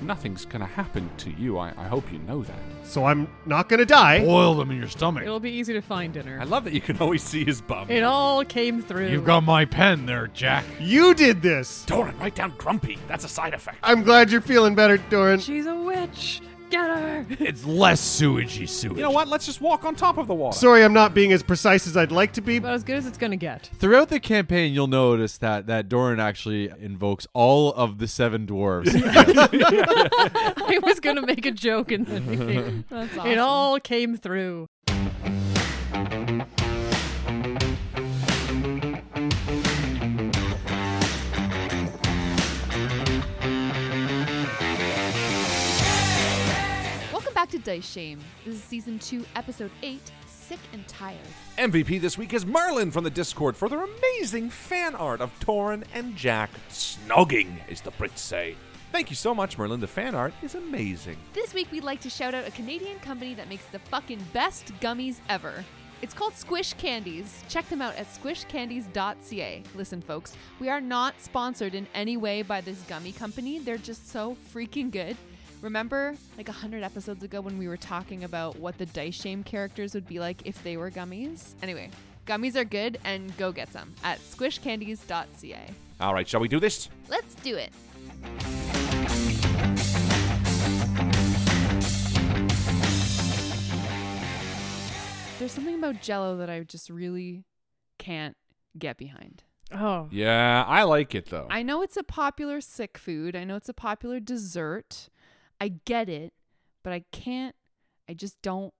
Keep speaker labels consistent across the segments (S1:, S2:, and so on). S1: Nothing's going to happen to you. I, I hope you know that.
S2: So I'm not gonna die.
S3: Boil them in your stomach.
S4: It'll be easy to find dinner.
S1: I love that you can always see his bum.
S4: It all came through.
S3: You've got my pen there, Jack.
S2: You did this.
S1: Doran, write down grumpy. That's a side effect.
S2: I'm glad you're feeling better, Doran.
S4: She's a witch. Get her.
S3: It's less sewagey sewage.
S1: You know what? Let's just walk on top of the water.
S2: Sorry, I'm not being as precise as I'd like to be.
S4: About as good as it's gonna get.
S5: Throughout the campaign, you'll notice that that Doran actually invokes all of the seven dwarves.
S4: I was gonna make a joke and then
S6: That's
S4: it all came through.
S7: Welcome back to Dice Shame. This is season two, episode eight, Sick and Tired.
S1: MVP this week is Merlin from the Discord for their amazing fan art of Torin and Jack snogging, as the Brits say. Thank you so much, Merlin. The fan art is amazing.
S7: This week we'd like to shout out a Canadian company that makes the fucking best gummies ever. It's called Squish Candies. Check them out at squishcandies.ca. Listen, folks, we are not sponsored in any way by this gummy company. They're just so freaking good. Remember, like 100 episodes ago, when we were talking about what the Dice Shame characters would be like if they were gummies? Anyway, gummies are good and go get some at squishcandies.ca.
S1: All right, shall we do this?
S7: Let's do it. There's something about Jello that I just really can't get behind.
S4: Oh,
S1: Yeah, I like it though.
S7: I know it's a popular sick food. I know it's a popular dessert. I get it, but I can't. I just don't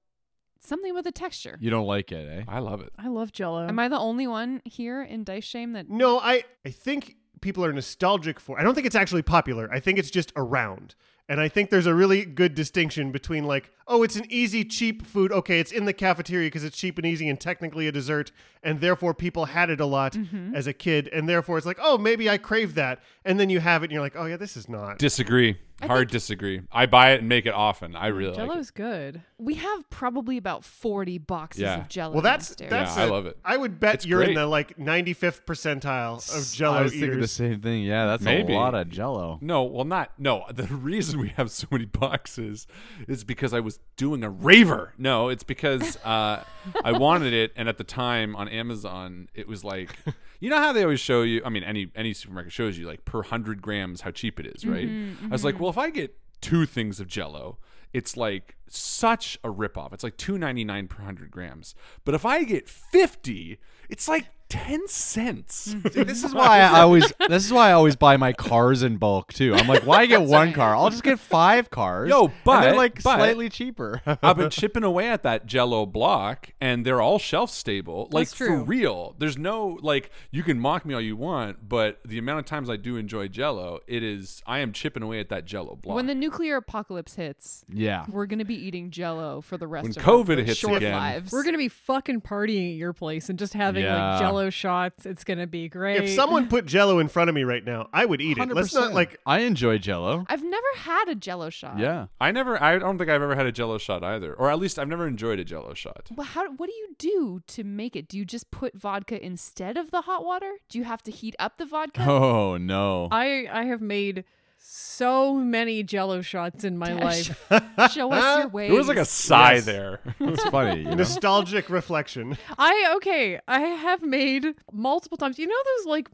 S7: Something with a texture.
S5: You don't like it, eh?
S1: I love it.
S7: I love Jello. Am I the only one here in Dice Shame that?
S2: No, I I think people are nostalgic for. I don't think it's actually popular. I think it's just around. And I think there's a really good distinction between like, oh, it's an easy cheap food. Okay, it's in the cafeteria because it's cheap and easy and technically a dessert and therefore people had it a lot
S8: Mhm.
S2: as a kid and therefore it's like, oh, maybe I crave that. And then you have it and you're like, oh yeah, this is not.
S1: Disagree.
S2: I
S1: Hard disagree. I buy it and make it often. I really like it.
S7: Jello's good. We have probably about forty boxes
S1: Yeah.
S7: of Jello.
S2: Well, that's
S7: downstairs.
S2: that's
S1: Yeah, I
S2: it.
S1: love it.
S2: I would bet
S1: It's
S2: you're in
S1: great.
S2: the like 95th percentile of Jello
S5: I was thinking the
S2: eaters.
S5: same thing. Yeah, that's
S1: Maybe.
S5: a lot of Jello.
S1: No, well, not no. The reason we have so many boxes is because I was doing a raver. No, it's because uh, I wanted it, and at the time on Amazon, it was like, you know how they always show you. I mean, any any supermarket shows you like per hundred grams how cheap it is, right?
S8: Mhm,
S1: I was like,
S8: mhm.
S1: well, if I get two things of Jello. It's like such a ripoff. It's like two ninety nine per hundred grams. But if I get fifty, it's like ten cents.
S5: This is why I always. This is why I always buy my cars in bulk too. I'm like, why get one car? I'll just get five cars.
S1: Yo, but
S5: and they're like
S1: but
S5: slightly cheaper.
S1: I've been chipping away at that Jello block, and they're all shelf stable. Like
S5: That's
S1: for
S5: true.
S1: real. There's no like you can mock me all you want, but the amount of times I do enjoy Jello, it is I am chipping away at that Jello block.
S7: when the nuclear apocalypse hits.
S1: Yeah.
S7: we're gonna be eating Jello for the rest
S1: When
S7: of
S1: COVID
S7: our
S1: hits
S7: short
S1: again.
S7: lives.
S4: We're gonna be fucking partying at your place and just having
S2: Yeah.
S4: like Jello shots. It's gonna be great.
S2: If someone put Jello in front of me right now, I would eat it. Let's not
S4: 100%.
S2: like.
S5: I enjoy
S1: Oh.
S5: Jello.
S7: I've never had a Jello shot.
S1: I never I don't think I've ever had a Jello shot either, or at least I've never enjoyed a Jello shot.
S7: Well, how? What do you do to make it? Do you just put vodka instead of the hot water? Do you have to heat up the vodka?
S5: Oh no.
S4: I I have made so many Jello shots in my life.
S7: Show us your ways.
S1: There was like a sigh there.
S5: That's funny.
S2: Nostalgic reflection.
S4: I okay. I have made multiple times. You know those like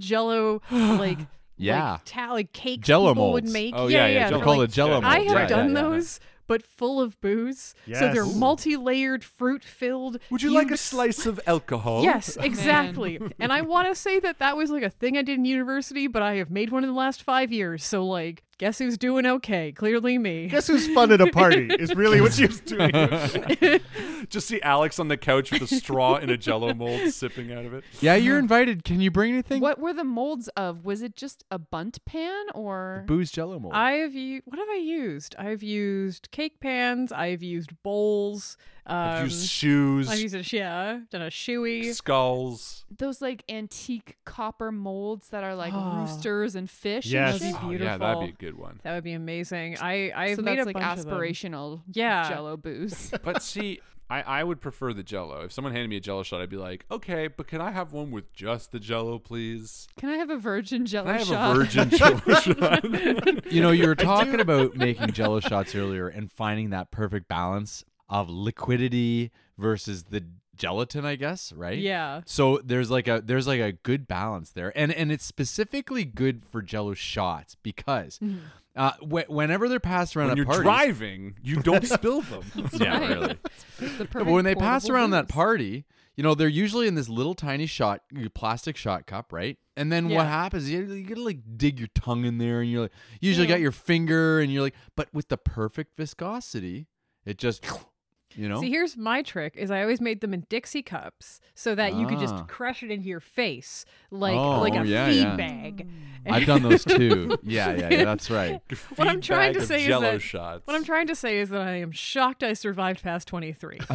S4: Jello, like
S5: Yeah.
S4: like, ta- like cake
S5: Jello
S4: people would
S5: molds.
S4: make.
S5: Oh, yeah, yeah,
S4: yeah.
S5: Jello
S4: they're
S5: Call
S4: like-
S5: it Jello
S4: I
S5: molds,
S4: have
S5: right,
S4: done
S5: yeah, yeah.
S4: those, but full of booze. So
S1: Yes.
S4: they're
S1: Ooh.
S4: multi-layered, fruit-filled.
S1: Would you like a
S4: cubes.
S1: slice of alcohol?
S4: Yes, exactly. and I want to say that that was like a thing I did in university, but I have made one in the last five years. So like, guess who's doing okay? Clearly me.
S2: Guess who's fun at a party is really what she was doing.
S1: Just see Alex on the couch with a straw in a Jello mold, sipping out of it.
S5: Yeah, you're invited. Can you bring anything?
S7: Uh-huh. What were the molds of? Was it just a bunt pan or
S5: Booze Jello mold.
S4: I have u- what have I used? I've used cake pans. I've used bowls. Um,
S1: I've used shoes.
S4: I've used a sh- yeah, done a shoey.
S1: Skulls.
S7: those like antique copper molds that are like
S4: Ah.
S7: roosters and fish?
S1: Yes.
S7: and shit?
S1: Oh, yeah, that'd be a good one.
S4: That would be amazing. I I
S7: so
S4: made
S7: that's
S4: a
S7: like
S4: bunch of them.
S7: aspirational
S4: Yeah.
S7: Jello booze.
S1: but see, I, I would prefer the Jello. If someone handed me a Jello shot, I'd be like, okay, but can I have one with just the Jello, please?
S7: Can I have a virgin Jello
S1: Can I have
S7: shot?
S1: a virgin Jello shot?
S5: You know, you
S1: I
S5: were
S1: do-
S5: talking about making jello shots earlier and finding that perfect balance of liquidity versus the gelatin, I guess, right?
S4: Yeah.
S5: So there's like a there's like a good balance there. And and it's specifically good for jello shots because
S1: Mhm.
S5: uh, wh- whenever they're passed around
S1: When
S5: at
S1: you're
S5: parties,
S1: driving, you don't spill them.
S5: yeah,
S1: Right.
S5: really.
S1: The
S5: No, but
S1: perfect
S5: when they pass
S1: portable
S5: around that party, you know, they're usually in this little tiny shot plastic shot cup, right? And then what
S1: Yeah.
S5: happens? You, you gotta like dig your tongue in there, and you're like, you usually
S4: Yeah.
S5: got your finger, and you're like, but with the perfect viscosity, it just, you know,
S4: See, here's my trick: is I always made them in Dixie cups so that you could
S5: Ah.
S4: just crush it into your face like
S5: Oh,
S4: like a
S5: yeah,
S4: feed
S5: yeah.
S4: bag.
S5: I've done those too. Yeah, yeah, yeah, that's right.
S4: What I'm trying
S1: bag
S4: to
S1: of
S4: say is
S1: Jell-O
S4: that
S1: shots.
S4: what I'm trying to say is that I am shocked I survived past 23.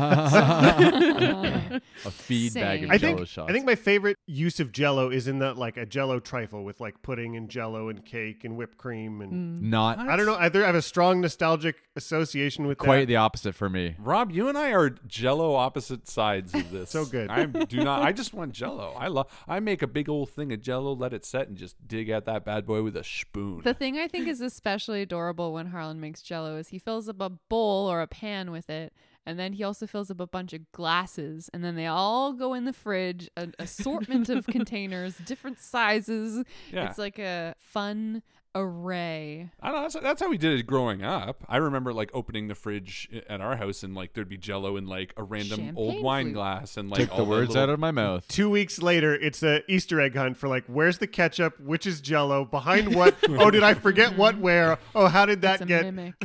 S5: A feed bag of
S2: I
S5: jello
S2: think,
S5: shots.
S2: I think my favorite use of Jello is in that like a Jello trifle with like pudding and Jello and cake and whipped cream and
S5: Mm. Not-
S2: I don't know. Either I have a strong nostalgic association with
S5: quite
S2: that.
S5: the opposite for me.
S1: Rob, you and I are jello opposite sides of this. so
S2: good.
S1: I do not I just want jello. I love I make a big old thing of jello, let it set and just dig at that bad boy with a spoon.
S7: The thing I think is especially adorable when Harlan makes jello is he fills up a bowl or a pan with it, and then he also fills up a bunch of glasses, and then they all go in the fridge, an assortment of containers, different sizes.
S1: Yeah.
S7: It's like a fun array.
S1: I don't know. That's, that's how we did it growing up. I remember like opening the fridge i- at our house and like there'd be jello in like a random old
S7: Champagne
S1: wine
S7: flute.
S1: glass and like
S5: Took
S1: all
S5: the words
S1: little-
S5: out of my mouth.
S2: Two weeks later, it's a Easter egg hunt for like, where's the ketchup? Which is Jello? Behind what? oh, did I forget what? Where? Oh, how did that
S7: it's a
S2: get?
S7: mimic.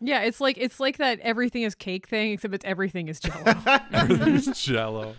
S4: Yeah, it's like it's like that everything is cake thing, except it's everything is jello.
S1: Everything's jello.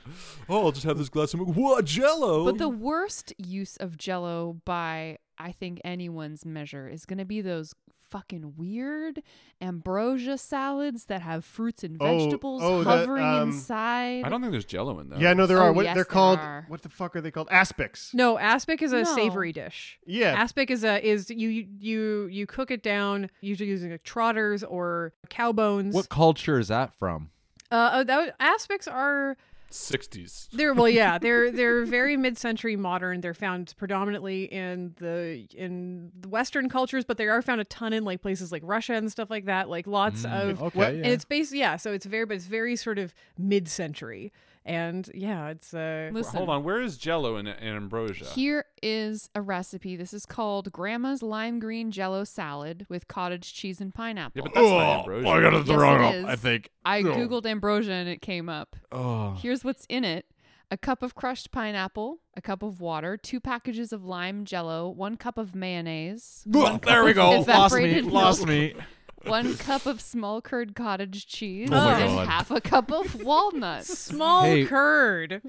S1: Oh, I'll just have this glass of milk. What jello?
S7: But the worst use of jello by I think anyone's measure is going to be those fucking weird ambrosia salads that have fruits and
S2: Oh,
S7: vegetables
S2: oh, the,
S7: hovering
S2: um,
S7: inside.
S1: I don't think there's jello in those.
S2: Yeah, no, there
S7: Oh,
S2: are. What,
S7: yes,
S2: they're
S7: there
S2: called.
S7: are.
S2: What the fuck are they called? Aspics.
S4: no, aspic is a
S7: No.
S4: savory dish.
S2: Yeah.
S4: Aspic is a is you you you cook it down usually using like trotters or cow bones.
S5: What culture is that from?
S4: Uh, oh, that was, aspics are
S1: 60s.
S4: They're well, yeah. They're they're very mid-century modern. They're found predominantly in the in the Western cultures, but they are found a ton in like places like Russia and stuff like that. Like lots
S5: Mm,
S4: of
S5: okay,
S4: and
S5: yeah.
S4: it's based yeah. So it's very but it's very sort of mid-century, and yeah, it's uh
S7: Listen,
S1: Hold on, where is jello in, in ambrosia?
S7: Here is a recipe. This is called Grandma's Lime Green Jello Salad with cottage cheese and pineapple.
S1: yeah, but that's not
S3: Oh,
S1: ambrosia.
S3: I gotta-
S7: Yes,
S3: wrong
S7: it
S3: up, I
S7: is.
S3: think.
S7: I
S3: No.
S7: googled ambrosia and it came up.
S5: Oh,
S7: Here's what's in it. A cup of crushed pineapple, a cup of water, two packages of lime jello, one cup of mayonnaise. one cup
S3: there we
S7: of
S3: go. Lost me.
S7: evaporated milk,
S3: Lost me.
S7: One cup of small curd cottage cheese
S5: Oh my
S7: and
S5: God.
S7: half a cup of walnuts.
S4: small
S5: Hey.
S4: curd.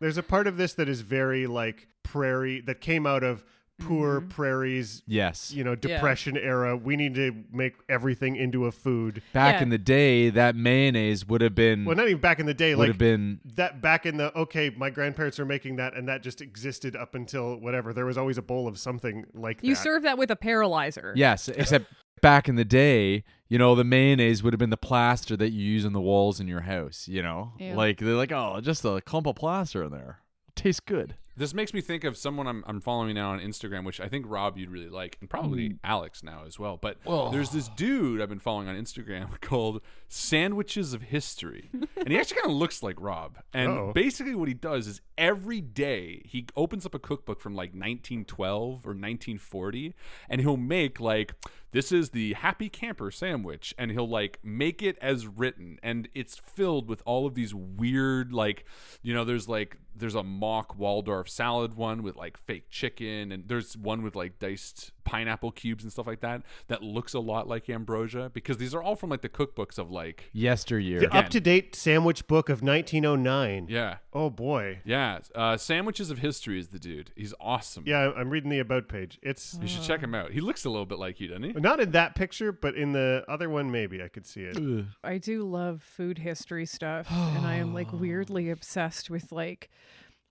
S2: There's a part of this that is very like prairie that came out of poor
S7: Mm-hmm.
S2: prairies.
S5: Yes.
S2: You know, depression era. We need to make everything into a food.
S5: Back
S4: Yeah.
S5: in the day, that mayonnaise would have been
S2: Well, not even back in the day.
S5: would
S2: Like
S5: have been
S2: that back in the okay, my grandparents were making that, and that just existed up until whatever. There was always a bowl of something like
S4: You
S2: that.
S4: serve that with a paralyzer.
S5: yes. Except back in the day, you know, the mayonnaise would have been the plaster that you use on the walls in your house. You know,
S7: Ew.
S5: like they're like, oh, just a clump of plaster in there. Tastes good.
S1: This makes me think of someone I'm, I'm following now on Instagram, which I think Rob you'd really like, and probably Alex now as well. But there's this dude I've been following on Instagram called Sandwiches of History, and he actually kind of looks like Rob. And
S2: Uh-oh.
S1: basically, what he does is every day he opens up a cookbook from like 1912 or 1940, and he'll make like this is the Happy Camper sandwich, and he'll like make it as written, and it's filled with all of these weird like you know there's like there's a mock Waldorf salad one with like fake chicken and there's one with like diced pineapple cubes and stuff like that that looks a lot like ambrosia because these are all from like the cookbooks of like
S5: Yesteryear.
S2: the up to date sandwich book of 1909.
S1: yeah
S2: Oh boy.
S1: yeah uh, sandwiches of history is the dude he's awesome
S2: Yeah, I'm reading the about page. It's
S1: you should check
S7: Uh.
S1: him out he looks a little bit like you doesn't he
S2: not in that picture, but in the other one, maybe I could see it.
S5: Mm-hmm.
S4: I do love food history stuff, and I am like weirdly obsessed with like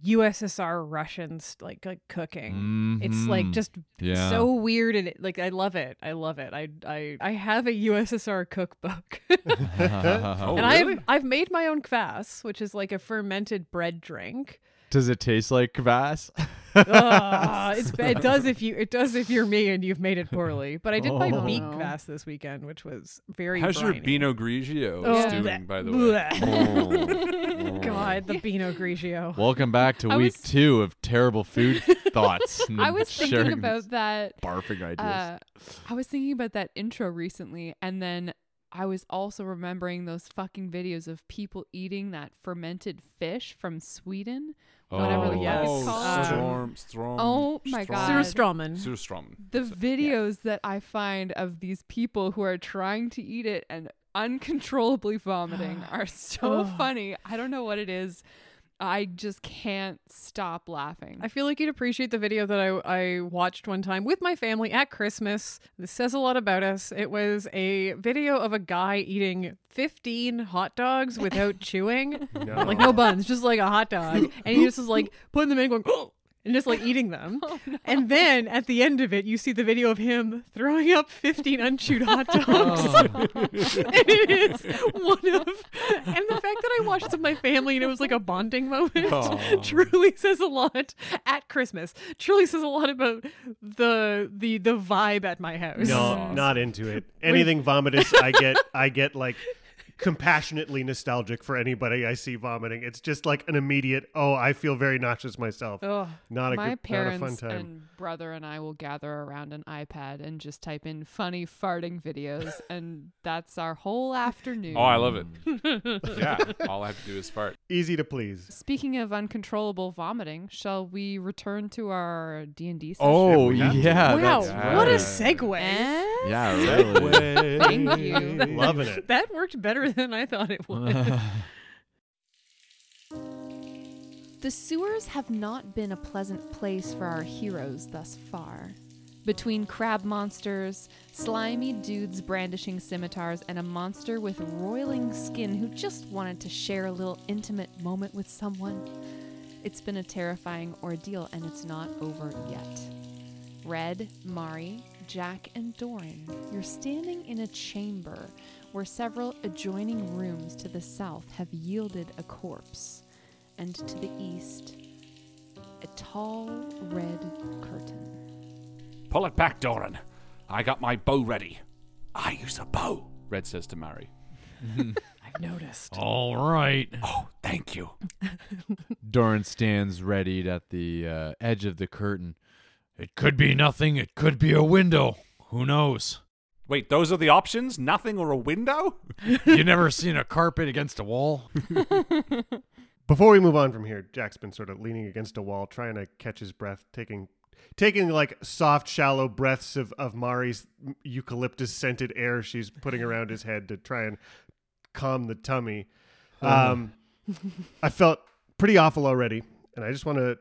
S4: USSR Russians like like cooking. It's like
S5: Mhm.
S4: just
S5: Yeah.
S4: so weird, and it, like I love it. I love it. I I I have a USSR cookbook,
S1: oh
S4: and
S1: really
S4: I've I've made my own kvass, which is like a fermented bread drink.
S5: Does it taste like kvass?
S7: uh,
S4: Ugh, it's, it does if you it does if you're me and you've made it poorly. But I did my
S5: Oh.
S4: meat kvass this weekend, which was very.
S1: how's your
S4: briny.
S1: Pinot Grigio
S4: Oh,
S1: stewing
S4: bleh,
S1: by the way
S4: bleh. God, the Pinot Grigio.
S5: Oh. Welcome back to
S7: I
S5: week
S7: was-
S5: two of terrible food thoughts. and
S7: I was thinking
S5: sharing
S7: about that.
S5: barfing ideas.
S7: Uh, I was thinking about that intro recently, and then I was also remembering those fucking videos of people eating that fermented fish from Sweden. Whatever
S5: Oh,
S7: the fuck
S4: yes.
S7: it's called.
S1: Storm, storm,
S7: um, Oh my
S1: Storm.
S7: God.
S4: Surstraumen.
S1: Surström.
S7: The videos that I find of these people who are trying to eat it and uncontrollably vomiting are so funny. I don't know what it is. I just can't stop laughing.
S4: I feel like you'd appreciate the video that I, I watched one time with my family at Christmas. This says a lot about us. It was a video of a guy eating 15 hot dogs without chewing. Like no buns, just like a hot dog. And he just was like putting them in going, and just like eating them. And then at the end of it, you see the video of him throwing up 15 unchewed hot dogs.
S7: Oh.
S4: and it is one of, and the fact that I watched this with my family and it was like a bonding moment
S1: Oh.
S4: truly says a lot at Christmas. Truly says a lot about the the the vibe at my house.
S2: No, not into it. Anything vomitous, I get, I get like compassionately nostalgic for anybody I see vomiting. It's just like an immediate, oh, I feel very nauseous myself.
S4: Ugh.
S2: Not a
S7: My
S2: good,
S7: parents
S2: not a fun time.
S7: and brother and I will gather around an iPad and just type in funny farting videos, and that's our whole afternoon.
S1: Oh, I love it. yeah, all I have to do is fart.
S2: Easy to please.
S7: Speaking of uncontrollable vomiting, shall we return to our D and D?
S5: oh
S2: we have to.
S5: yeah,
S4: Wow,
S5: that's
S4: what a
S5: right.
S4: segue.
S5: Yeah, Oh, really.
S7: Thank you.
S2: Loving it.
S4: That worked better than I thought it would.
S7: The sewers have not been a pleasant place for our heroes thus far. Between crab monsters, slimy dudes brandishing scimitars, and a monster with roiling skin who just wanted to share a little intimate moment with someone, it's been a terrifying ordeal and it's not over yet. Red, Mari, Jack, and Doran, you're standing in a chamber where several adjoining rooms to the south have yielded a corpse, and to the east, a tall red curtain.
S1: Pull it back, Doran. I got my bow ready. I use a bow, Red says to Mary.
S4: I've noticed.
S3: All right.
S1: Oh, thank you.
S5: Doran stands readied at the uh, edge of the curtain.
S3: It could be nothing. It could be a window. Who knows?
S1: Wait, those are the options? Nothing or a window?
S3: you never seen a carpet against a wall?
S2: Before we move on from here, Jack's been sort of leaning against a wall, trying to catch his breath, taking taking like soft, shallow breaths of of Mari's eucalyptus scented air she's putting around his head to try and calm the tummy. Um, I felt pretty awful already, and I just want to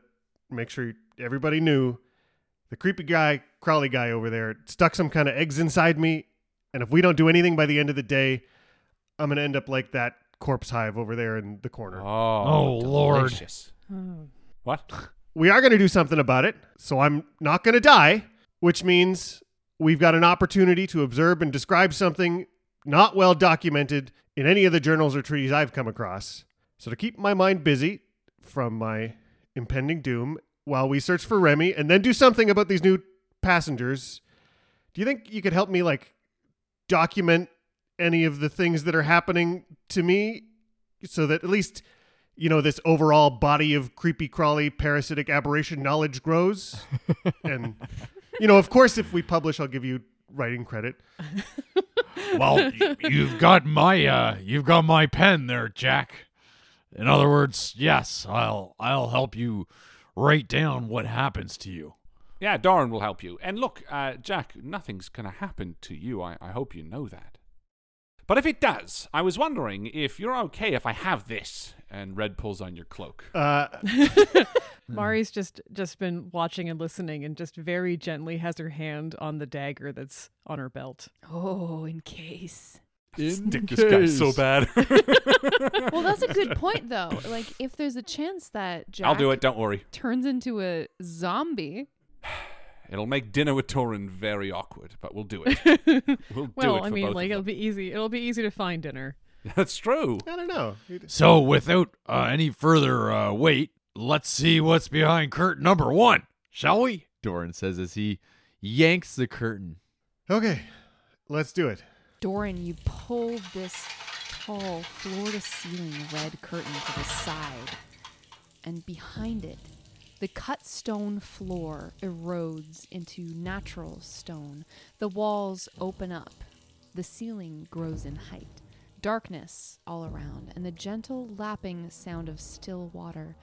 S2: make sure everybody knew the creepy guy, Crowley guy over there, stuck some kind of eggs inside me, and if we don't do anything by the end of the day, I'm gonna end up like that corpse hive over there in the corner.
S3: Oh, Lord.
S1: Lord. What?
S2: we are going to do something about it. So I'm not going to die, which means we've got an opportunity to observe and describe something not well documented in any of the journals or treaties I've come across. So to keep my mind busy from my impending doom while we search for Remy and then do something about these new passengers, do you think you could help me like document any of the things that are happening to me so that at least you know this overall body of creepy crawly parasitic aberration knowledge grows and you know of course if we publish i'll give you writing credit
S3: Well, y- you've got my uh, you've got my pen there, Jack. In other words, yes, I'll I'll help you write down what happens to you.
S1: Yeah, Doran will help you. And look, uh, Jack, nothing's going to happen to you. I-, I hope you know that. But if it does, I was wondering if you're okay if I have this. And Red pulls on your cloak.
S2: uh,
S4: Mari's just just been watching and listening, and just very gently has her hand on the dagger that's on her belt.
S7: Oh, in case.
S1: Dick this guy so bad.
S7: Well, that's a good point, though. Like, if there's a chance that Jack
S1: I'll do it, don't worry.
S7: turns into a zombie,
S1: It'll make dinner with Torin very awkward, but we'll do it. We'll do it
S4: Well,
S1: for
S4: I mean,
S1: both
S4: like
S1: of
S4: it'll
S1: them.
S4: be easy. It'll be easy to find dinner.
S1: That's true.
S2: i don't know
S3: So, without uh, any further uh, wait, let's see what's behind curtain number one, shall we?
S5: Doran says as he yanks the curtain.
S2: okay let's do it
S7: Doran, you pull this tall, floor to ceiling red curtain to the side, and behind it, the cut stone floor erodes into natural stone. The walls open up, the ceiling grows in height. Darkness all around, and the gentle lapping sound of still water.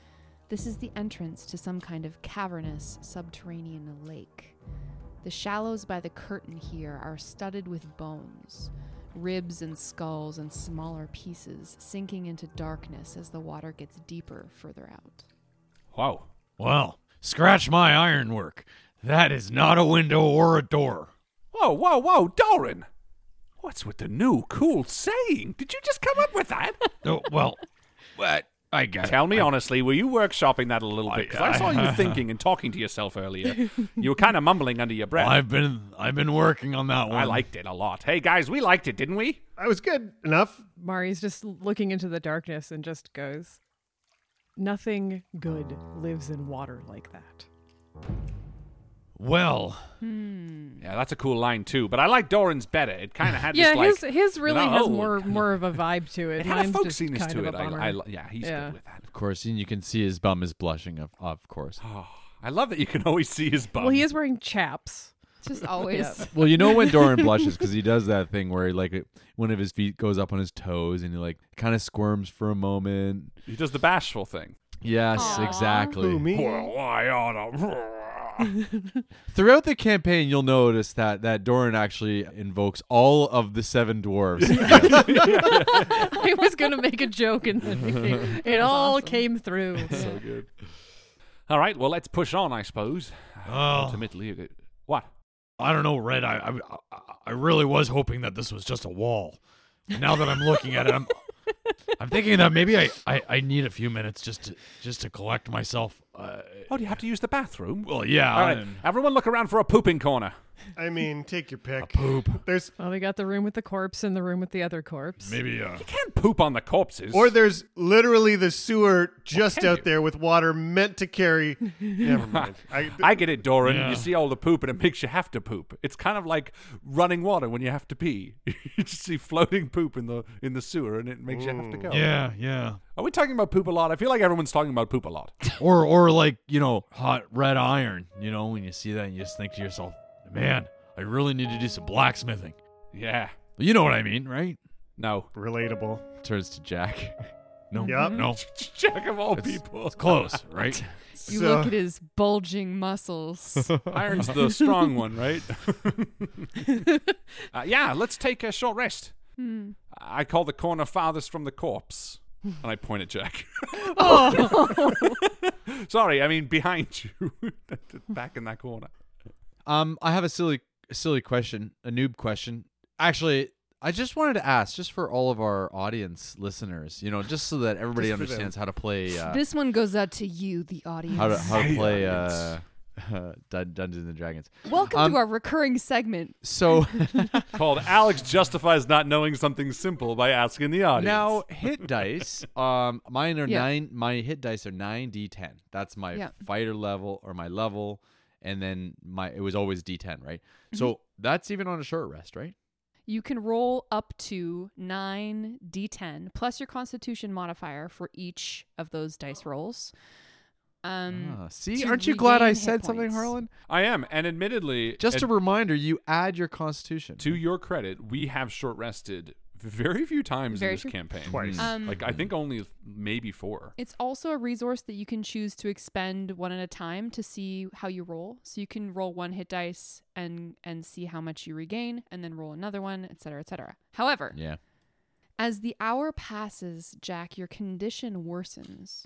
S7: This is the entrance to some kind of cavernous subterranean lake. The shallows by the curtain here are studded with bones, ribs and skulls and smaller pieces sinking into darkness as the water gets deeper further out.
S1: Wow.
S3: Well, scratch my ironwork. That is not a window or a door.
S1: Whoa, whoa, whoa, Doran! What's with the new cool saying? Did you just come up with that?
S3: No, well, what? I got
S1: Tell me honestly, were you workshopping that a little bit? Because I saw you thinking and talking to yourself earlier. You were kind of mumbling under your breath.
S3: I've been I've been working on that one.
S1: I liked it a lot. Hey guys, we liked it, didn't we?
S2: i was good enough
S4: Mari's just looking into the darkness and just goes, "Nothing good lives in water like that."
S3: Well,
S1: Yeah, that's a cool line too. But I like Doran's better. It kind of had
S4: yeah,
S1: this like
S4: his his really
S1: you know,
S4: has
S1: oh,
S4: more
S1: kind of-
S4: more of a vibe to it.
S1: It had a
S4: Mine's just
S1: folksiness
S4: kind
S1: to
S4: of
S1: it.
S4: a
S1: I,
S4: bummer.
S1: I, yeah, he's
S4: Yeah.
S1: good with that.
S5: Of course, and you can see his bum is blushing, of, of course.
S1: Oh, I love that you can always see his bum.
S4: Well, he is wearing chaps.
S7: Just always.
S5: Well, you know when Doran blushes because he does that thing where he, like it- one of his feet goes up on his toes and he like kind of squirms for a moment.
S1: He does the bashful thing.
S5: Yes,
S7: Aw.
S5: exactly.
S2: Who, me
S1: Well, I oughta.
S5: Throughout the campaign, you'll notice that that Doran actually invokes all of the seven dwarves.
S4: I was going to make a joke and then it all came through.
S1: so good. All right, well, let's push on, I suppose.
S3: Oh.
S1: Ultimately, it- what?
S3: I don't know, Red. I, I- I I really was hoping that this was just a wall. Now that I'm looking at it, I'm I'm thinking that maybe I, I, I need a few minutes just to just to collect myself. Uh,
S1: Oh, do you have to use the bathroom?
S3: Well, yeah,
S1: All right,
S3: and-
S1: everyone look around for a pooping corner.
S2: I mean, take your pick.
S3: poop.
S2: There's
S4: Well, we got the room with the corpse and the room with the other corpse.
S3: Maybe uh,
S1: Can't poop on the corpses.
S2: or there's literally the sewer just
S1: can
S2: out
S1: you?
S2: there with water meant to carry. Never mind. I,
S1: I get it, Doran.
S3: Yeah.
S1: You see all the poop and it makes you have to poop. It's kind of like running water when you have to pee. you just see floating poop in the in the sewer and it makes you have to go.
S3: yeah, yeah.
S1: Are we talking about poop a lot? I feel like everyone's talking about poop a lot.
S3: Or or like you know, hot red iron. You know, when you see that, and you just think to yourself, man, I really need to do some blacksmithing.
S1: yeah.
S3: You know what I mean, right?
S1: No.
S2: relatable.
S5: Turns to Jack.
S3: No,
S2: Yep.
S3: no,
S1: Jack of all
S3: It's-
S1: people.
S3: it's close, right?
S7: You
S2: So-
S7: look at his bulging muscles.
S1: Iron's the strong one, right? uh, yeah, let's take a short rest. I call the corner farthest from the corpse. And I point at Jack. Sorry, I mean behind you. Back in that corner.
S5: Um, I have a silly, silly question, a noob question. Actually, I just wanted to ask, just for all of our audience listeners, you know, just so that everybody
S2: Just for them.
S5: understands how to play, uh,
S7: this one goes out to you, the audience.
S5: how to how to
S1: Hey,
S5: play uh,
S1: audience.
S5: Dun- Dungeons and Dragons.
S7: Welcome
S5: Um,
S7: to our recurring segment.
S5: So
S1: Called Alex Justifies Not Knowing Something Simple by Asking the Audience.
S5: now hit dice. Um, mine are
S7: Yeah.
S5: nine. My hit dice are nine d10. That's my
S7: Yeah.
S5: fighter level or my level, and then my it was always d10, right?
S7: Mm-hmm.
S5: So that's even on a short rest, right?
S7: You can roll up to 9 d10 plus your constitution modifier for each of those dice rolls. Um,
S5: Ah, see,
S7: to
S5: aren't you glad I
S7: regain hit
S5: said something,
S7: points.
S5: Harlan?
S1: I am, and admittedly,
S5: Just
S1: ad-
S5: a reminder, you add your constitution.
S1: to your credit, we have short rested very few times
S7: Very
S1: in this
S7: true.
S1: campaign.
S5: Mm-hmm.
S2: Twice.
S7: Um,
S1: like I think only maybe four.
S7: It's also a resource that you can choose to expend one at a time to see how you roll. So you can roll one hit dice and and see how much you regain, and then roll another one, etc., cetera, etc. Cetera. However,
S5: yeah.
S7: as the hour passes, Jack, your condition worsens.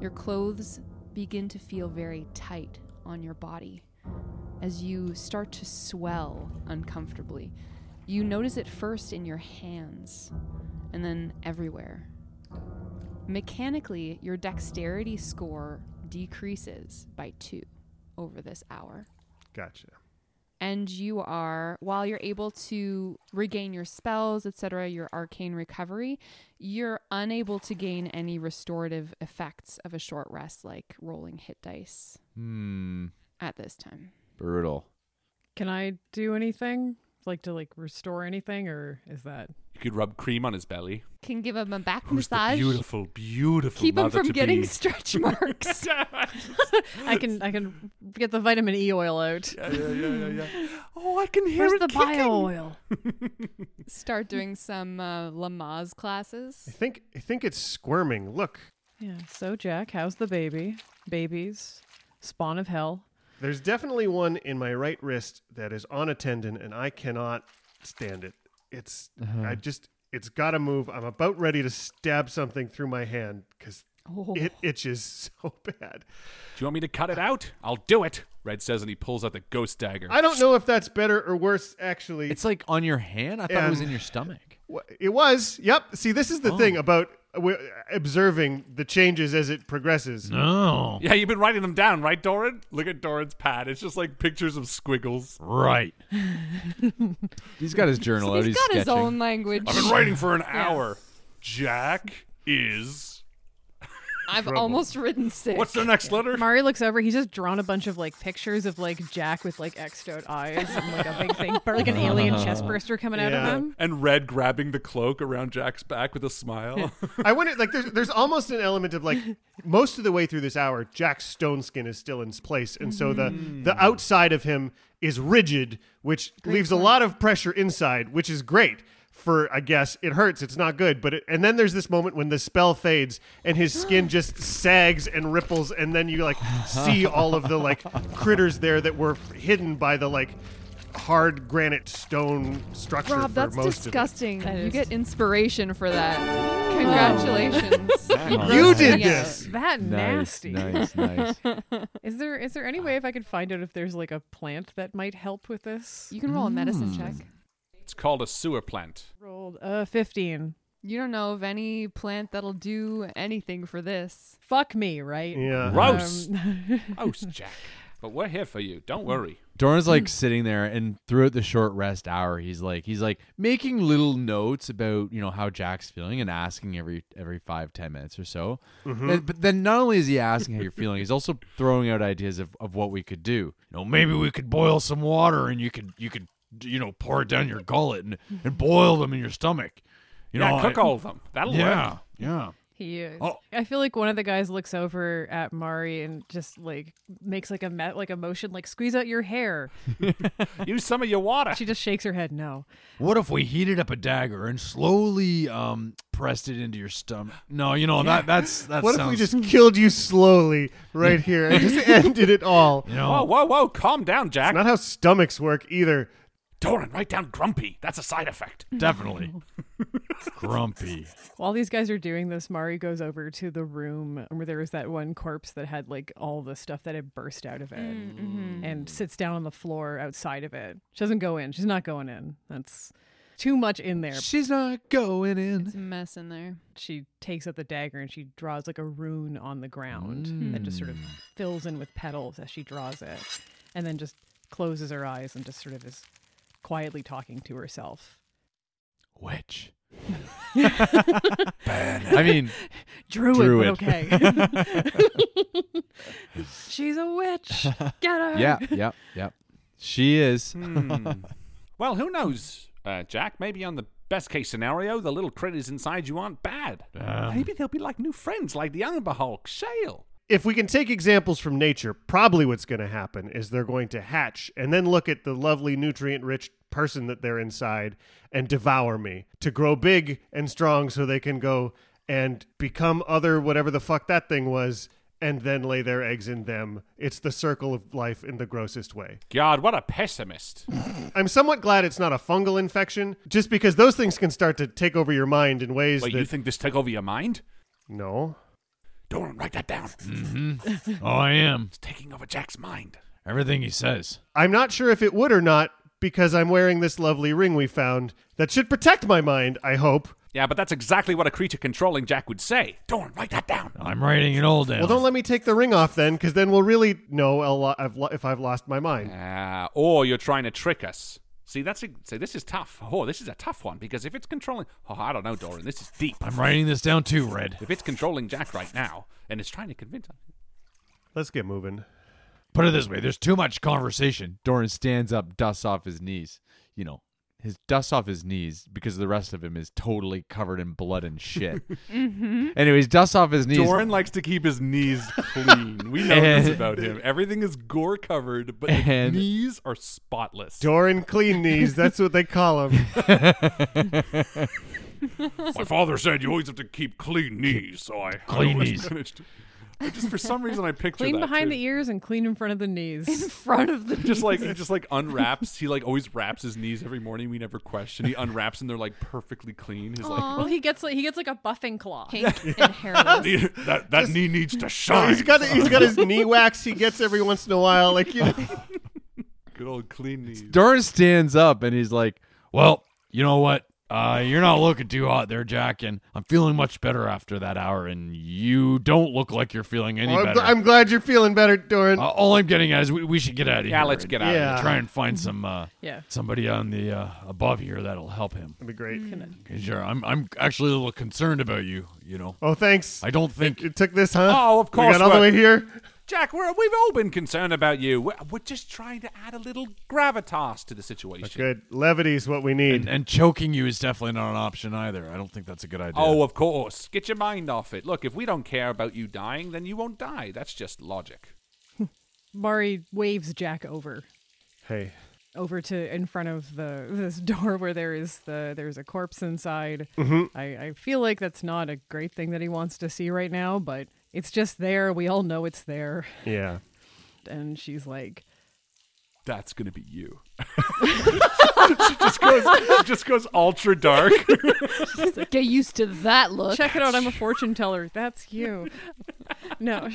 S7: Your clothes begin to feel very tight on your body as you start to swell uncomfortably. You notice it first in your hands and then everywhere. Mechanically, your dexterity score decreases by two over this hour
S2: Gotcha.
S7: and you are while you're able to regain your spells etc your arcane recovery you're unable to gain any restorative effects of a short rest like rolling hit dice
S5: Hmm.
S7: at this time
S5: Brutal.
S4: Can I do anything? Like to like restore anything or is that
S1: You could rub cream on his belly.
S7: can give him a back
S1: Who's
S7: massage
S1: the beautiful, beautiful
S7: keep him
S1: mother
S7: from
S1: to
S7: getting
S1: be.
S7: stretch marks
S4: I can I can get the vitamin E oil out.
S1: yeah, yeah, yeah, yeah, yeah. Oh, I can hear
S7: where's
S1: it
S7: the
S1: kicking.
S7: bio oil start doing some uh, lamaze
S2: I
S7: classes
S2: think I think it's squirming. Look,
S4: Yeah. So Jack, how's the baby? Babies, spawn of hell.
S2: there's definitely one in my right wrist that is on a tendon, and I cannot stand it. It's I just it's got to move. I'm about ready to stab something through my hand because
S7: oh.
S2: it itches so bad.
S1: Do you want me to cut it out? I'll do it. Red says, and he pulls out the ghost dagger.
S2: I don't know if that's better or worse. Actually,
S5: It's like on your hand. I thought it was
S2: And-
S5: in your stomach.
S2: Wha- It was. Yep. See, this is the thing about w- observing the changes as it progresses.
S3: No,
S1: yeah, you've been writing them down, right, Doran? Look at Doran's pad. It's just like pictures of squiggles.
S3: right.
S5: He's got his journal out.
S7: he's
S5: He's
S7: got his
S5: sketching.
S7: own language
S1: I've been writing for an hour. Jack is.
S7: i've almost written six
S1: What's the next letter?
S4: Mari looks over. He's just drawn a bunch of like pictures of like Jack with like Xed out eyes and like a big thing, but like an alien chest burster coming out
S2: Yeah.
S4: of him.
S1: and Red grabbing the cloak around Jack's back with a smile.
S2: I wonder, like, there's there's almost an element of like most of the way through this hour, Jack's stone skin is still in s- place, and so the the outside of him is rigid, which leaves a lot of pressure inside, which is great. for I guess it hurts. It's not good, but it, and then there's this moment when the spell fades and his skin just sags and ripples, and then you like see all of the like critters there that were hidden by the like hard granite stone structure.
S7: Rob,
S2: for
S7: that's
S2: most of it.
S7: disgusting. you get inspiration for that. Congratulations.
S2: You did this.
S4: That
S5: Nice,
S4: nasty.
S5: nice, nice.
S4: is there is there any way if I could find out if there's like a plant that might help with this?
S7: You can roll a
S5: Hmm.
S7: medicine check.
S1: It's called a sewer plant.
S4: Rolled uh fifteen.
S7: You don't know of any plant that'll do anything for this.
S4: Fuck me, right?
S2: Yeah.
S1: Gross.
S4: Um,
S1: Gross, Jack. But we're here for you. Don't worry.
S5: Doran's
S4: Hmm.
S5: like sitting there, and throughout the short rest hour, he's like he's like making little notes about you know how Jack's feeling and asking every every five ten minutes or so.
S2: Mm-hmm.
S5: And- but then not only is he asking how you're feeling, he's also throwing out ideas of, of what we could do.
S3: You know, maybe we could boil some water and you could you could you know pour it down your gullet and, and boil them in your stomach. You
S1: Yeah,
S3: know,
S1: cook
S3: I-
S1: all of them. That'll
S3: yeah,
S1: work.
S3: Yeah,
S4: He is.
S3: Oh.
S4: I feel like one of the guys looks over at Mari and just like makes like a me- like a motion like squeeze out your hair.
S1: Use some of your water.
S4: She just shakes her head no.
S3: What if we heated up a dagger and slowly um pressed it into your stomach? No, you know that that's that
S2: What if we
S3: sounds.
S2: just killed you slowly right here and just ended it all?
S3: you know,
S1: Whoa, whoa, whoa. Oh, Calm down, Jack.
S2: It's not how stomachs work either.
S1: Doran, write down grumpy. That's a side effect.
S3: definitely grumpy.
S4: While these guys are doing this, Mari goes over to the room where there was that one corpse that had like all the stuff that had burst out of it and sits down on the floor outside of it. She doesn't go in. She's not going in. That's too much in there.
S3: She's not going in.
S7: It's a mess in there.
S4: She takes out the dagger and she draws like a rune on the ground that just sort of fills in with petals as she draws it and then just closes her eyes and just sort of is quietly talking to herself.
S5: Mm.
S3: Which? I mean,
S4: Druid,
S3: Druid.
S4: But okay. She's a witch. Get her.
S5: Yeah, yeah, yeah. She is.
S4: Hmm.
S1: Well, who knows, uh, Jack? Maybe on the best case scenario, the little critters inside you aren't bad. Maybe they'll be like new friends, like the Umberhulk, Shale.
S2: if we can take examples from nature, probably what's going to happen is they're going to hatch and then look at the lovely nutrient rich person that they're inside and devour me to grow big and strong so they can go and become other whatever the fuck that thing was and then lay their eggs in them. It's the circle of life in the grossest way.
S1: God, what a pessimist.
S2: I'm somewhat glad it's not a fungal infection just because those things can start to take over your mind in ways
S1: Wait,
S2: that
S1: you think this took over your mind?
S2: no.
S1: Doran, write that down.
S3: oh, I am
S1: It's taking over Jack's mind.
S3: everything he says.
S2: I'm not sure if it would or not because I'm wearing this lovely ring we found that should protect my mind, I hope.
S1: Yeah, but that's exactly what a creature controlling Jack would say. Doran, write that down.
S3: I'm writing it all down.
S2: Well, don't let me take the ring off then because then we'll really know a lo- I've lo- if I've lost my mind.
S1: Ah, or you're trying to trick us. See, that's a, see, this is tough. Oh, this is a tough one because if it's controlling, oh, I don't know, Doran, this is deep.
S3: I'm writing this down too, Red.
S1: If it's controlling Jack right now and it's trying to convince us,
S2: Let's get moving.
S3: Put it this way: there's too much conversation.
S5: Doran stands up, dusts off his knees. You know, his dust off his knees because the rest of him is totally covered in blood and shit.
S4: Mm-hmm.
S5: Anyways, dusts off his knees.
S1: Doran likes to keep his knees clean. We know this
S5: And-
S1: about him. Everything is gore covered, but his
S5: And-
S1: knees are spotless.
S2: Doran Clean Knees, that's what they call him.
S1: My father said you always have to keep clean knees, so I
S3: Clean knees.
S1: managed. I just for some reason I picture
S4: Clean
S1: that,
S4: behind
S1: too.
S4: the ears and clean in front of the knees.
S7: Front of the
S1: Just like he just like unwraps. He like always wraps his knees every morning. We never question. He unwraps and they're like perfectly clean. He's like
S4: well, he gets like he gets like a buffing claw.
S7: pink and hairless.
S1: that that knee needs to shine.
S2: he's got he's got his knee wax he gets every once in a while. Like you know,
S1: good old clean knees.
S5: Doran stands up and he's like,
S3: Well, you know what? Uh, you're not looking too hot there, Jack, and I'm feeling much better after that hour. And you don't look like you're feeling any
S2: I'm,
S3: better.
S2: gl- I'm glad you're feeling better, Doran.
S3: Uh, all I'm getting at is we, we should get out of here.
S1: Yeah, let's
S3: and
S1: get out.
S2: Yeah.
S1: Yeah.
S3: Try and find some uh,
S4: Yeah.
S3: somebody on the uh, above here that'll help him.
S2: That'd be great.
S3: 'Cause you're- I'm I'm actually a little concerned about you. You know,
S2: Oh, thanks.
S3: I don't think
S2: it took this, huh?
S1: Oh, of
S2: We
S1: course,
S2: got all the
S1: what-
S2: way here.
S1: Jack, we're, we've all been concerned about you. We're, we're just trying to add a little gravitas to the situation.
S2: Good. Levity's what we need.
S3: and, and choking you is definitely not an option either. I don't think that's a good idea.
S1: Oh, of course. Get your mind off it. Look, if we don't care about you dying, then you won't die. That's just logic.
S4: Mari waves Jack over.
S2: hey,
S4: over to in front of the this door where there is the there's a corpse inside.
S2: Mhm.
S4: I, I feel like that's not a great thing that he wants to see right now, but it's just there. We all know it's there.
S2: Yeah.
S4: And she's like,
S1: That's gonna be you. she just goes, just goes ultra dark.
S4: Get used to that
S7: look."
S4: Check it out. I'm a fortune teller. That's you. no.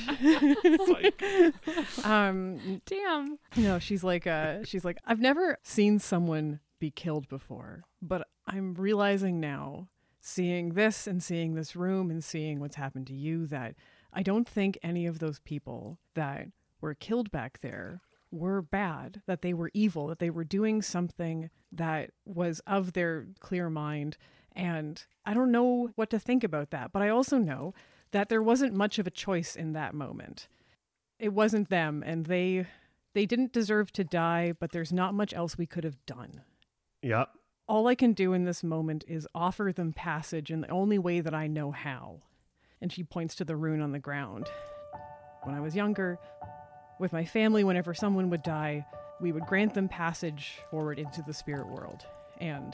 S4: um.
S7: Damn.
S4: No. She's like. Uh. She's like. I've never seen someone be killed before, but I'm realizing now, seeing this and seeing this room and seeing what's happened to you, that I don't think any of those people that were killed back there were bad, that they were evil, that they were doing something that was of their clear mind. And I don't know what to think about that. But I also know that there wasn't much of a choice in that moment. It wasn't them, and they they didn't deserve to die, but there's not much else we could have done.
S2: Yeah.
S4: All I can do in this moment is offer them passage in the only way that I know how. And she points to the rune on the ground. When I was younger, with my family, whenever someone would die, we would grant them passage forward into the spirit world. And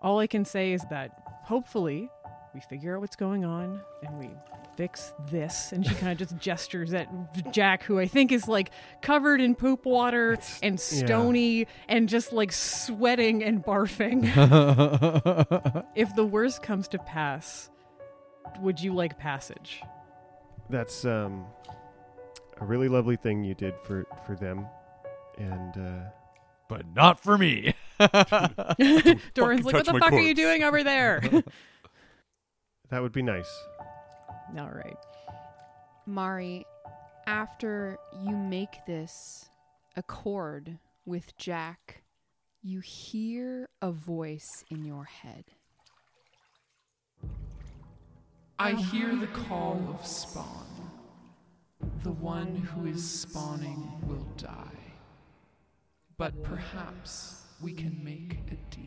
S4: all I can say is that hopefully we figure out what's going on and we fix this. And she kind of just gestures at Jack, who I think is like covered in poop water and stony and just like sweating and barfing. if the worst comes to pass, would you like passage?
S2: That's um, a really lovely thing you did for for them, and uh,
S3: but not for me.
S4: Doran's like, what the fuck are you doing over there?
S2: That would be nice.
S4: All right.
S7: Mari, after you make this accord with Jack, you hear a voice in your head.
S8: I hear the call of spawn. The one who is spawning will die. But perhaps we can make a deal.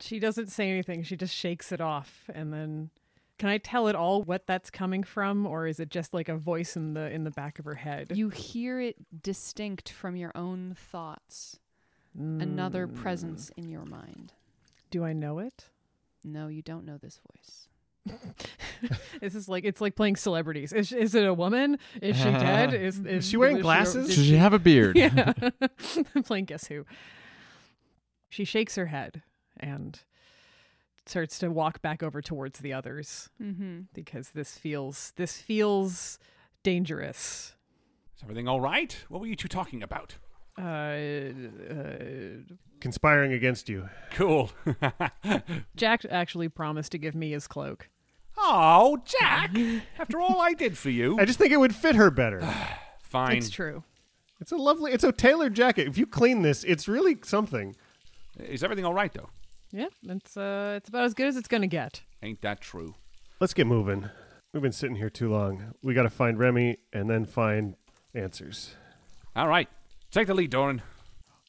S4: She doesn't say anything. She just shakes it off and then can I tell at all what that's coming from or is it just like a voice in the in the back of her head?
S7: You hear it distinct from your own thoughts. Another
S4: Mm.
S7: presence in your mind.
S4: Do I know it?
S7: No, you don't know this voice.
S4: This is like it's like playing celebrities. Is, is it a woman? Is she dead? Is, is
S2: Is she wearing
S4: is
S2: glasses?
S4: did
S2: Does she have a beard?
S4: Yeah, playing guess who. She shakes her head and starts to walk back over towards the others
S7: Mhm.
S4: because this feels this feels dangerous.
S1: Is everything all right? What were you two talking about?
S4: Uh, uh,
S2: Conspiring against you.
S1: Cool.
S4: Jack actually promised to give me his cloak.
S1: Oh, Jack! After all I did for you,
S2: I just think it would fit her better.
S1: fine.
S4: It's true.
S2: It's a lovely. It's a tailored jacket. If you clean this, it's really something.
S1: Is everything all right though?
S4: Yeah, it's uh, it's about as good as it's gonna get.
S1: Ain't that true?
S2: Let's get moving. We've been sitting here too long. We got to find Remy and then find answers.
S1: All right, take the lead, Doran.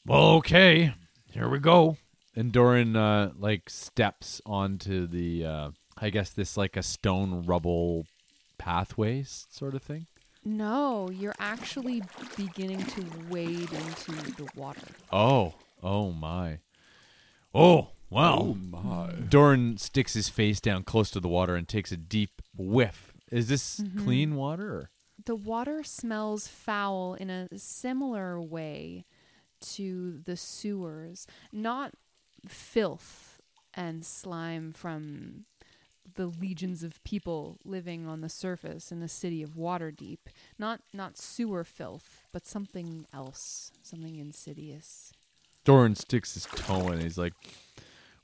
S3: Well, okay.
S5: Here we go. And Doran uh, like steps onto the uh, I guess this like a stone rubble pathway s- sort of thing.
S7: No, you're actually beginning to wade into the water.
S5: Oh, oh my. Oh, wow.
S7: Oh, my.
S5: Doran sticks his face down close to the water and takes a deep whiff. Is this
S7: Mhm.
S5: clean water? Or?
S7: The water smells foul in a similar way to the sewers, not filth and slime from the legions of people living on the surface in the city of Waterdeep. Not not sewer filth, but something else, something insidious.
S5: Doran sticks his toe in. He's like,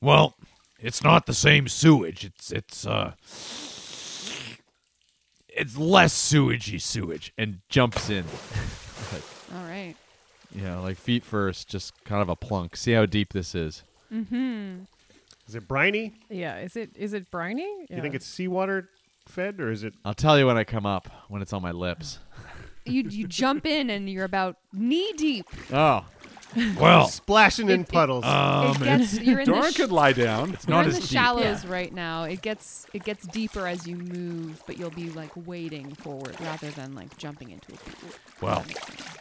S3: Well, it's not the same sewage. It's it's uh it's less sewagey sewage.
S5: and jumps in. like,
S7: All right.
S5: yeah, like feet first, just kind of a plunk. See how deep this is.
S7: Mm-hmm.
S2: Is it briny?
S4: Yeah, is it is it briny?
S2: You think it's seawater fed or is it?
S1: Uh,
S5: I'll tell you when I come up, when it's on my lips.
S7: You you jump in and you're about knee deep.
S5: Oh.
S3: Well.
S2: splashing in
S7: It- it-
S2: puddles.
S1: Uh,
S7: Um, gets- it's- you're in the Doran sh- could
S1: lie down.
S3: It's
S7: You're
S3: not
S7: in
S3: as
S7: the
S3: deep.
S7: shallows right now. It gets it gets deeper as you move, but you'll be like wading forward rather than like jumping into a pool.
S3: Well,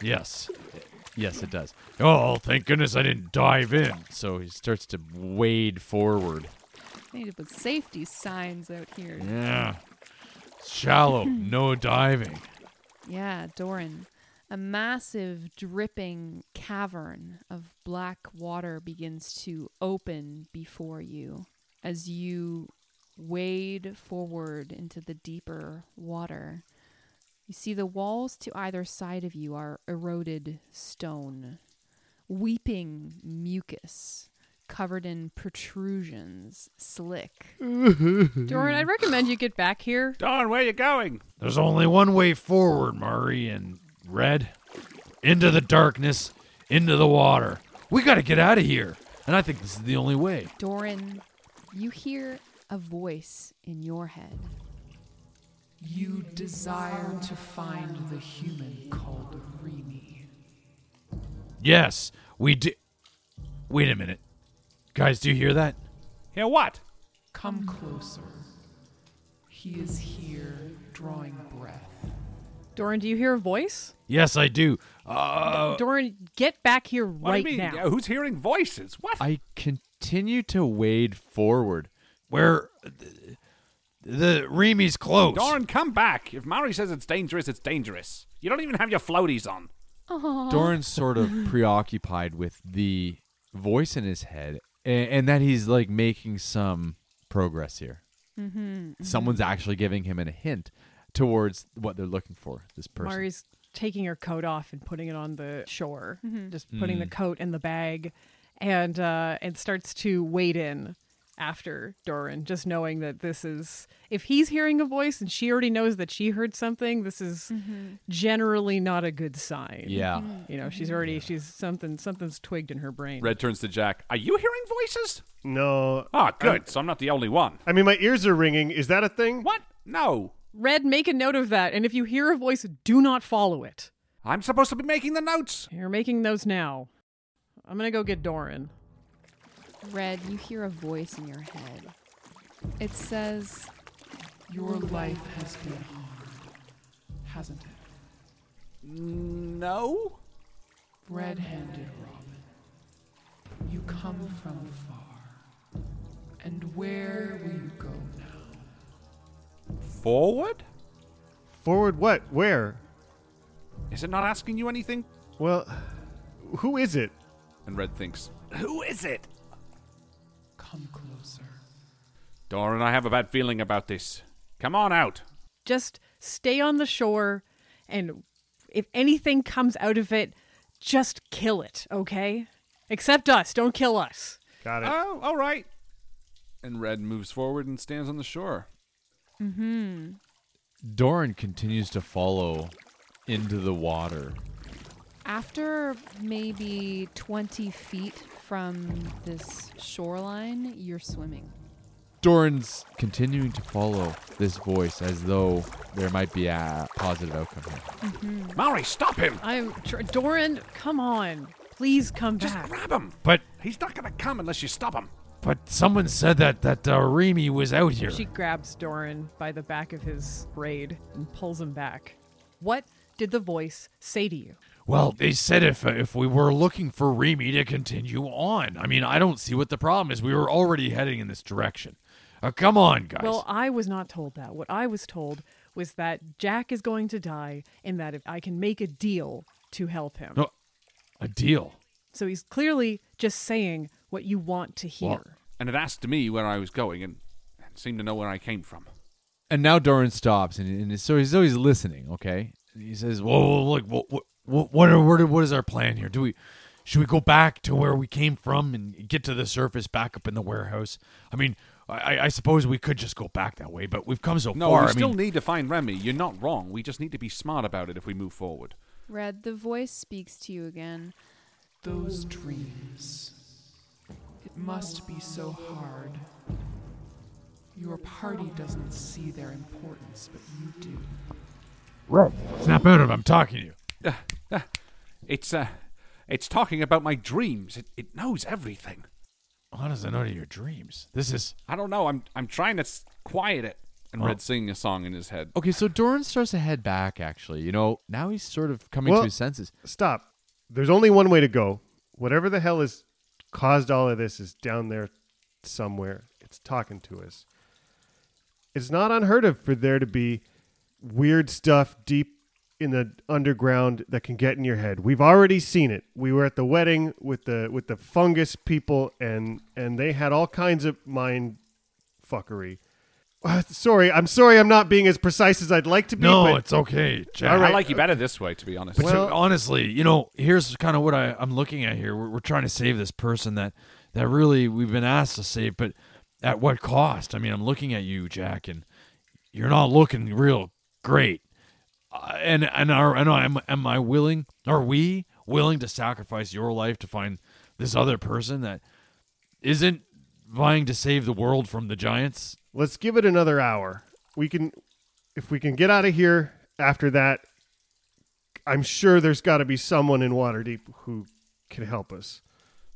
S3: yes.
S5: Yes, it does. Oh, thank goodness I didn't dive in. So he starts to wade forward.
S7: They need to put safety signs out here.
S5: Mm. Yeah. Shallow, no diving.
S7: Yeah, Doran. A massive, dripping cavern of black water begins to open before you as you wade forward into the deeper water. You see the walls to either side of you are eroded stone, weeping mucus covered in protrusions, slick.
S4: Doran, I recommend you get back here.
S1: Doran, where you going?
S3: There's only one way forward, Murray and Red. Into the darkness, into the water. We gotta get out of here. And I think this is the only way.
S7: Doran, you hear a voice in your head.
S8: You desire to find the human called Remy.
S3: Yes, we do. Wait a minute. Guys, do you hear that?
S1: Hear what?
S8: Come closer. He is here, drawing breath.
S4: Doran, do you hear a voice?
S3: Yes, I do. Uh,
S4: Doran, get back here
S1: What
S4: right
S1: do you mean?
S4: now.
S1: Who's hearing voices? What?
S5: I continue to wade forward.
S3: Where the, the Remy's close.
S1: Doran, come back. If Murray says it's dangerous, it's dangerous. You don't even have your floaties on.
S5: Doran's sort of preoccupied with the voice in his head and, and that he's like making some progress here.
S4: Mm-hmm.
S5: Someone's actually giving him a hint towards what they're looking for, this person.
S4: Mari's taking her coat off and putting it on the shore, just putting the
S5: Mm.
S4: coat in the bag, and uh, and starts to wade in after Doran, just knowing that this is if he's hearing a voice and she already knows that she heard something, this is generally not a good sign.
S1: Yeah. Mhm.
S4: you know she's already she's something something's twigged in her brain.
S1: Red turns to Jack. Are you hearing voices?
S2: No.
S1: Ah, good. so I'm not the only one.
S2: I mean, my ears are ringing. Is that a thing?
S1: What? No.
S4: Red, make a note of that, and if you hear a voice, do not follow it.
S1: I'm supposed to be making the notes.
S4: You're making those now. I'm gonna go get Doran.
S7: Red, you hear a voice in your head. It says,
S8: Your life has been hard, hasn't it?
S1: No.
S8: Red handed Robin, you come from far. And where will you go now?
S1: Forward?
S2: Forward what? Where?
S1: Is it not asking you anything?
S2: Well, who is it?
S1: And Red thinks, Who is it?
S8: Come closer.
S1: Doran, I have a bad feeling about this. Come on out.
S4: just stay on the shore and if anything comes out of it just kill it okay except us don't kill us
S2: Got
S1: Oh, all right. And Red moves forward and stands on the shore.
S7: mm-hmm.
S5: Doran continues to follow into the water.
S7: After maybe 20 feet from this shoreline, you're swimming.
S5: Doran's continuing to follow this voice as though there might be a positive outcome here.
S1: Maury, stop him!
S4: i'm tr- doran come on please come back
S1: Grab him!
S3: But
S1: He's not gonna come unless you stop him.
S3: but someone said that that uh, Remy was out here.
S4: she grabs doran by the back of his braid and pulls him back what did the voice say to you
S3: Well, they said if uh, if we were looking for Remy to continue on. I mean, I don't see what the problem is. We were already heading in this direction. Uh, come on, guys.
S4: Well, I was not told that. What I was told was that Jack is going to die and that if I can make a deal to help him.
S3: No. a deal.
S4: So he's clearly just saying what you want to hear.
S1: And it asked me where I was going and, and seemed to know where I came from.
S5: And now Doran stops, and, and so he's always listening, okay?
S3: And he says, "Whoa, whoa, whoa, like, what, what, what, are, what, are- what is our plan here? Do we, should we go back to where we came from and get to the surface, back up in the warehouse? I mean, I, I- I suppose we could just go back that way, but we've come so
S1: No,
S3: far.
S1: we
S3: I
S1: still
S3: mean,
S1: need to find Remy. You're not wrong. We just need to be smart about it if we move forward.
S7: Red, the voice speaks to you again.
S8: Those dreams. It must be so hard. Your party doesn't see their importance, but you do.
S3: Red, snap out of it. I'm talking to you.
S1: It's uh, it's talking about my dreams. It, it knows everything.
S3: How does it know to your dreams? This is
S1: I don't know. I'm I'm trying to s- quiet it. And
S3: Oh.
S1: Red's singing a song in his head.
S5: Okay, so Doran starts to head back, actually. You know, now he's sort of coming
S2: Well-
S5: to his senses.
S2: Stop. There's only one way to go. Whatever the hell has caused all of this is down there somewhere. It's talking to us. It's not unheard of for there to be weird stuff deep in the underground that can get in your head. We've already seen it. We were at the wedding with the with the fungus people and and they had all kinds of mind fuckery. Uh, sorry, I'm sorry I'm not being as precise as I'd like to be.
S3: No,
S2: but-
S3: it's okay, Jack.
S1: I like you better this way, to be honest.
S3: But so honestly, you know, here's kind of what I, I'm looking at here. We're, we're trying to save this person that that really we've been asked to save, but at what cost? I mean, I'm looking at you, Jack, and you're not looking real great. Uh, and and are and am am I willing? Are we willing to sacrifice your life to find this other person that isn't vying to save the world from the giants?
S2: Let's give it another hour. We can, if we can get out of here after that, I'm sure there's got to be someone in Waterdeep who can help us.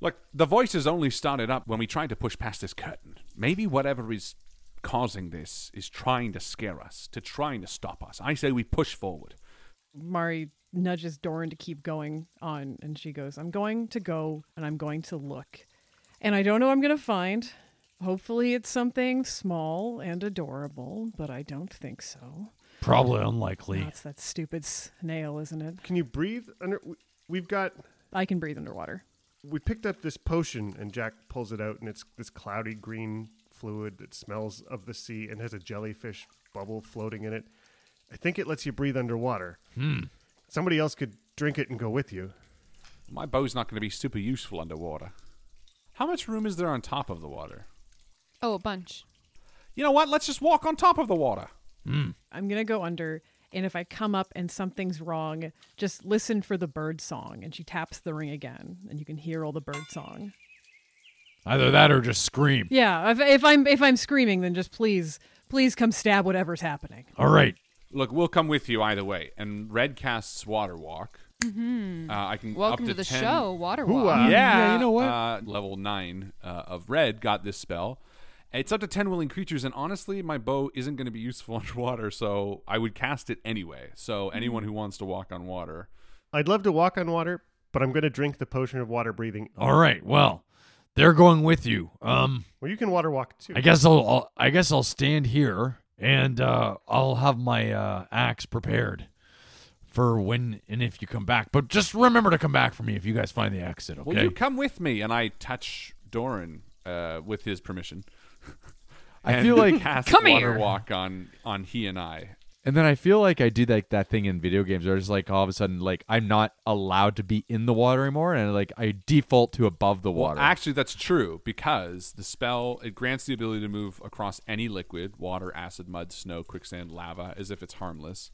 S1: Look, the voices only started up when we tried to push past this curtain. Maybe whatever is causing this is trying to scare us, to trying to stop us. I say we push forward.
S4: Mari nudges Doran to keep going on, and she goes, I'm going to go and I'm going to look. And I don't know what I'm going to find. Hopefully, it's something small and adorable, but I don't think so.
S3: Probably unlikely.
S1: Uh,
S4: That's that stupid snail, isn't it?
S2: Can you breathe under? we- We've got.
S4: I can breathe underwater.
S2: We picked up this potion, and Jack pulls it out, and it's this cloudy green fluid that smells of the sea and has a jellyfish bubble floating in it. I think it lets you breathe underwater.
S1: Hmm.
S2: Somebody else could drink it and go with you.
S1: My bow's not going to be super useful underwater. How much room is there on top of the water?
S7: Oh, a bunch.
S1: You know what? Let's just walk on top of the water.
S4: I'm going to go under, and if I come up and something's wrong, just listen for the bird song. And she taps the ring again, and you can hear all the bird song.
S3: Either that or just scream.
S4: Yeah, if, if I'm if I'm screaming, then just please, please come stab whatever's happening.
S3: All right.
S1: Look, we'll come with you either way. And Red casts Water Walk.
S7: Mm-hmm.
S1: Uh, I can
S7: Welcome
S1: up
S7: to the show, Water
S1: Hoo-ah.
S7: Walk.
S1: Yeah,
S7: Yeah, you know what?
S1: Uh, level nine uh, of Red got this spell. It's up to ten willing creatures, and honestly, my bow isn't going to be useful underwater, so I would cast it anyway.
S7: Mm-hmm.
S1: So anyone who wants to walk on water,
S2: I'd love to walk on water, but I'm going to drink the potion of water breathing.
S3: All right. Well, they're going with you. Um,
S2: Well, you can water walk too.
S3: I guess I'll, I'll I guess I'll stand here and uh, I'll have my uh, axe prepared for when and if you come back. But just remember to come back for me if you guys find the exit. Okay.
S1: will you come with me? And I touch Doran uh, with his permission.
S5: I
S1: And
S5: feel like-
S1: cast
S5: Come
S1: Water
S5: here.
S1: Walk on on he and I.
S5: And then I feel like I do like that thing in video games where it's like all of a sudden like I'm not allowed to be in the water anymore and like I default to above the water.
S1: Well, actually, that's true because the spell it grants the ability to move across any liquid, water, acid, mud, snow, quicksand, lava, as if it's harmless.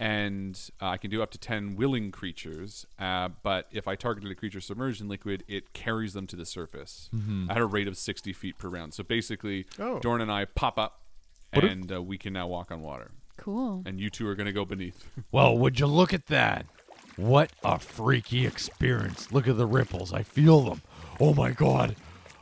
S1: And uh, I can do up to ten willing creatures, uh, but if I targeted a creature submerged in liquid, it carries them to the surface
S5: Mhm.
S1: at a rate of sixty feet per round. So basically,
S7: Oh.
S1: Dorn and I pop up,
S3: What if-
S1: and uh, we can now walk on water.
S7: Cool.
S1: And you two are going to go beneath.
S3: Well, would you look at that? What a freaky experience. Look at the ripples. I feel them. Oh my god.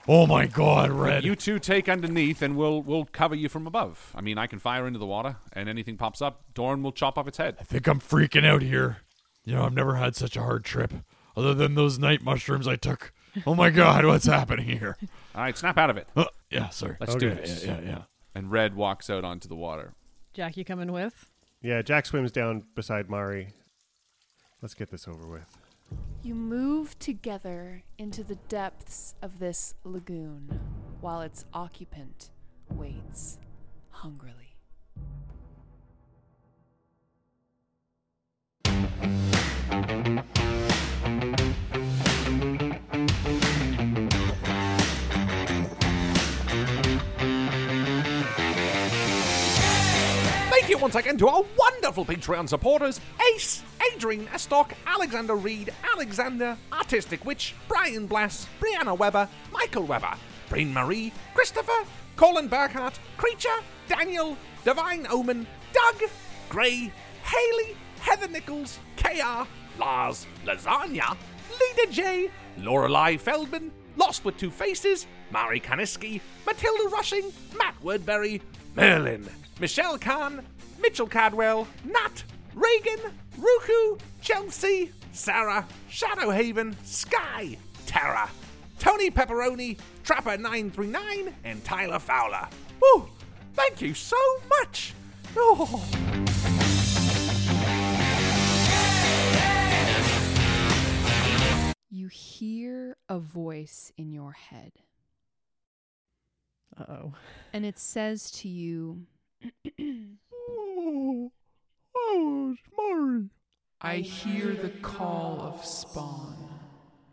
S3: Oh my god, Red.
S1: You two take underneath, and we'll we'll cover you from above. I mean, I can fire into the water, and anything pops up, Dorn will chop off its head. I
S3: think I'm freaking out here. You know, I've never had such a hard trip other than those night mushrooms I took. Oh my god, what's happening here?
S1: All right, snap out of it.
S3: Uh, yeah, sorry.
S1: Let's
S3: Okay,
S1: do this.
S3: yeah, yeah, yeah.
S1: And Red walks out onto the water.
S4: Jack, you coming with?
S2: Yeah, Jack swims down beside Mari. Let's get this over with.
S9: You move together into the depths of this lagoon while its occupant waits hungrily.
S10: Thank you once again to our wonderful Patreon supporters Ace, Adrian Estock, Alexander Reed, Alexander, Artistic Witch, Brian Blass, Brianna Weber, Michael Weber, Breen Marie, Christopher, Colin Burkhart, Creature, Daniel, Divine Omen, Doug, Gray, Haley, Heather Nichols, KR, Lars, Lasagna, Leda J, Lorelei Feldman, Lost with Two Faces, Mari Kaniski, Matilda Rushing, Matt Wordberry, Merlin, Michelle Kahn, Mitchell Cadwell, Nat, Reagan, Ruku, Chel Nancy, Sarah, Shadowhaven, Sky, Tara, Tony Pepperoni, Trapper939, and Tyler Fowler. Woo! Thank you so much! Oh.
S7: You hear a voice in your head.
S4: Uh oh.
S7: And it says to you,
S8: Oh, oh, Mari. I hear the call of spawn.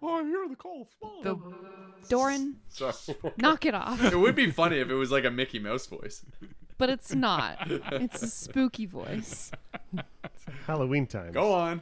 S10: I hear the call of spawn.
S7: The Doran,
S5: Sorry.
S7: knock it off.
S5: It would be funny if it was like a Mickey Mouse voice.
S7: but it's not. It's a spooky voice.
S2: Halloween time.
S5: Go on.